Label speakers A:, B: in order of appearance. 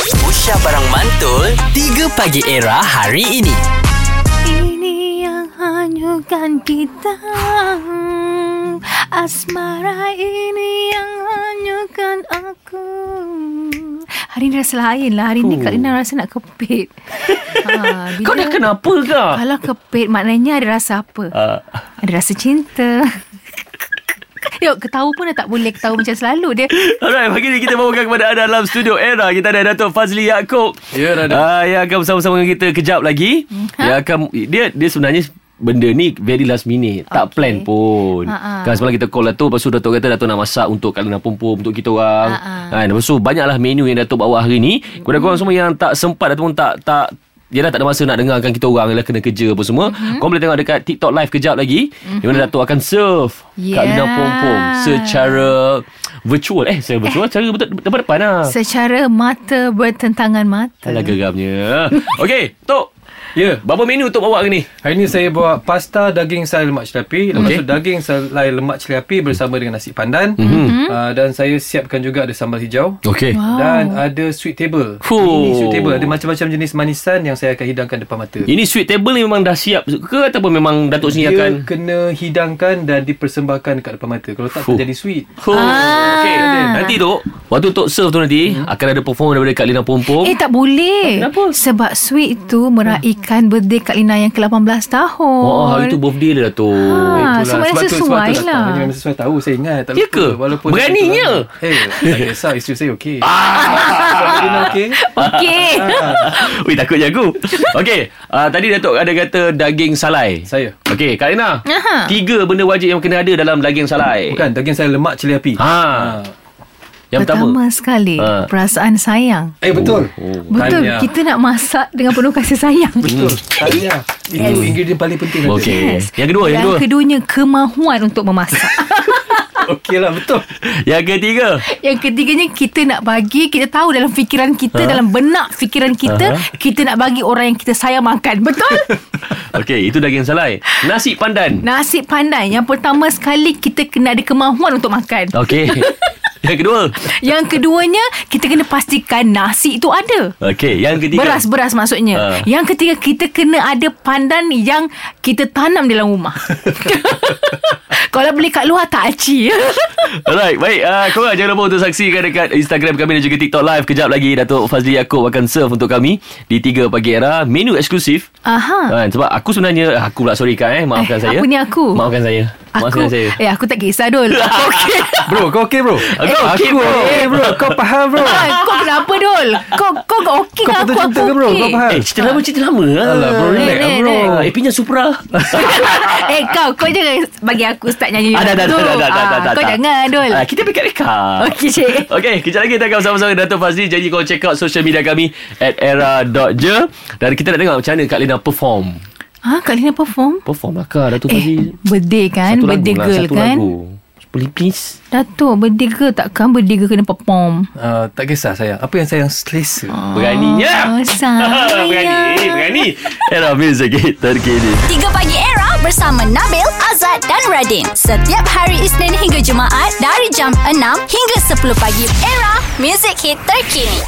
A: Aisyah Barang Mantul 3 Pagi Era hari ini
B: Ini yang hanyutkan kita Asmara ini yang hanyutkan aku Hari ni rasa lain lah Hari ni Kak Lina rasa nak kepit ha,
C: Oh. Kau dah kenapa ke?
B: Kalau kepit maknanya ada rasa apa?
C: Uh,
B: Ada rasa cinta Yuk ketawa pun dah tak boleh Ketawa macam selalu dia
C: alright, pagi ni kita bawakan kepada anda dalam studio Era. Kita ada Datuk Fazli Yaakob.
D: Ya, Datuk.
C: Ah, yang akan bersama-sama dengan kita kejap lagi.
B: Mhm.
C: Yang akan, dia dia sebenarnya benda ni very last minute.
B: Okay. Ah,
C: Tak plan pun.
B: Ha-ha.
C: Kan semalam kita call Datuk. Lepas tu Datuk kata Datuk nak masak untuk Kak Luna Pumpum, untuk kita orang.
B: Ha-ha.
C: Kan, lepas tu banyaklah menu yang Datuk bawa hari ni. Kepada korang semua yang tak sempat ataupun tak tak Yalah tak ada masa nak dengarkan kita orang Yalah kena kerja apa semua
B: Mhm.
C: mm-hmm. Korang boleh tengok dekat TikTok live kejap lagi mm-hmm. Di mana Datuk akan serve Kak Lina
B: Yeah.
C: Pompom Secara virtual Eh secara virtual Secara betul depan-depan lah
B: Secara mata bertentangan mata
C: Alah geramnya Okay Tok Ya yeah. Berapa menu Tok bawa hari ni
D: Hari ni saya buat pasta daging selai lemak celapi Lepas
C: Okey.
D: tu daging selai lemak celapi bersama dengan nasi pandan
C: Mhm.
D: mm-hmm. uh, Dan saya siapkan juga ada sambal hijau
C: Okay
B: Wow.
D: Dan ada sweet table
C: Oh. Fuh.
D: Ini sweet table Ada macam-macam jenis manisan yang saya akan hidangkan depan mata
C: Ini sweet table ni memang dah siap ke Ataupun memang Datuk sendiri
D: Dia
C: akan
D: kena hidangkan dan dipersembahkan dekat depan mata Kalau tak
C: Fuh.
D: terjadi sweet
C: Oh,
B: Ah.
C: okay. Nanti Tok Waktu Tok serve tu nanti Akan ada perform daripada Kak Lina Pompom
B: Hmm. Eh tak boleh Kenapa? Sebab sweet tu meraikan birthday Kak Lina yang ke-18 tahun
C: Wah, hari tu birthday dia Datuk
B: ha, Sebab
D: Itulah,
B: dia
D: tu-
B: sesuai
D: tu
B: lah
D: datang. Dia Memang sesuai tahu Saya ingat tak
C: Ya ke? Beraninya?
D: Eh tak kisah Isteri saya okey ah. Okey
B: Okey
C: Wih takut je Ah. aku Okay uh, Tadi Datuk ada kata Daging salai
D: Saya
C: Okey, Kak Lina.
B: Aha.
C: Tiga benda wajib yang kena ada dalam daging salai.
D: Bukan daging saya lemak Ah. cili api
C: Eh. Ha. Yang pertama.
B: Pertama sekali
C: Ha. ya.
B: Perasaan sayang
D: Eh betul
B: Betul
D: Tahniah.
B: Kita nak masak dengan penuh kasih sayang
D: Betul Tahniah Hmm. Itu ingredient paling penting nanti.
C: Okey. Yang kedua,
B: Dan
C: yang kedua.
B: keduanya Kemahuan untuk memasak
D: Okey lah betul
C: Yang ketiga.
B: Yang ketiganya Kita nak bagi Kita tahu dalam fikiran
C: Ha.
B: kita Dalam benak fikiran kita Kita nak bagi orang yang kita sayang makan Betul?
C: Okey, itu daging salai. Nasi pandan.
B: Nasi pandai Yang pertama sekali Kita kena ada kemahuan untuk makan
C: Okey. yang kedua.
B: Yang keduanya Kita kena pastikan Nasi itu ada
C: Okey, yang ketiga.
B: Beras-beras
C: Ah.
B: maksudnya Yang ketiga Kita kena ada pandan Yang kita tanam dalam rumah Kalau beli kat luar Tak aci
C: Alright, baik. Uh, korang jangan lupa untuk saksikan dekat Instagram kami dan juga TikTok live. Kejap lagi, Datuk Fazli Yaakob akan serve untuk kami di 3 pagi era. Menu eksklusif.
B: Aha
C: Kan, sebab aku sebenarnya, aku pula sorry Kak eh.
B: Ah.
C: Maafkan
B: Eh,
C: saya.
B: apa ni aku?
C: Maafkan saya.
B: Aku
C: Maafkan saya.
B: Eh aku tak kisah dul Aku okey
D: Bro kau okey bro
C: Aku okey, bro.
D: okey bro Kau faham bro
B: Ah, Kau kenapa dul Kau kau kau okey
D: Kau
B: dengan aku
D: patut cinta
B: Aku
D: ke bro
B: okey.
D: Kau faham
C: Eh, cerita lama, cerita lama.
D: Alah bro relax
B: Relax,
D: lah bro
B: relax.
C: Eh, pinjam Supra.
B: eh kau kau jangan bagi aku start nyanyi
C: Ah, dah, dah,
B: tu.
C: dah, dah, dah, dah,
B: Ah,
C: dah, dah,
B: Kau
C: dah.
B: jangan Dul
C: Ah, kita pick rekam.
B: Okey, cik.
C: Okey, kejap lagi kita akan bersama-sama Dato' Fazli. Jadi korang check out social media kami at era.je. Dan kita nak tengok macam mana Kak Lina perform.
B: Ha Kak Lina perform
C: Perform lah Kak Dato' Fazli.
B: Eh birthday kan
C: Satu lagu
B: Birthday
C: lah,
B: girl
C: satu
B: kan
C: lagu. Please.
B: Datuk birthday girl takkan Birthday girl kena perform
D: Ah, Tak kisah sayang Apa yang sayang selesa
C: Beraninya.
B: Oh, ya. sayang.
C: Ya! berani, eh, berani. Era music hit terkini.
E: 3 Pagi Era bersama Nabil, Azad dan Radin. Setiap hari Isnin hingga Jumaat dari jam 6 hingga 10 pagi. Era, music hit terkini.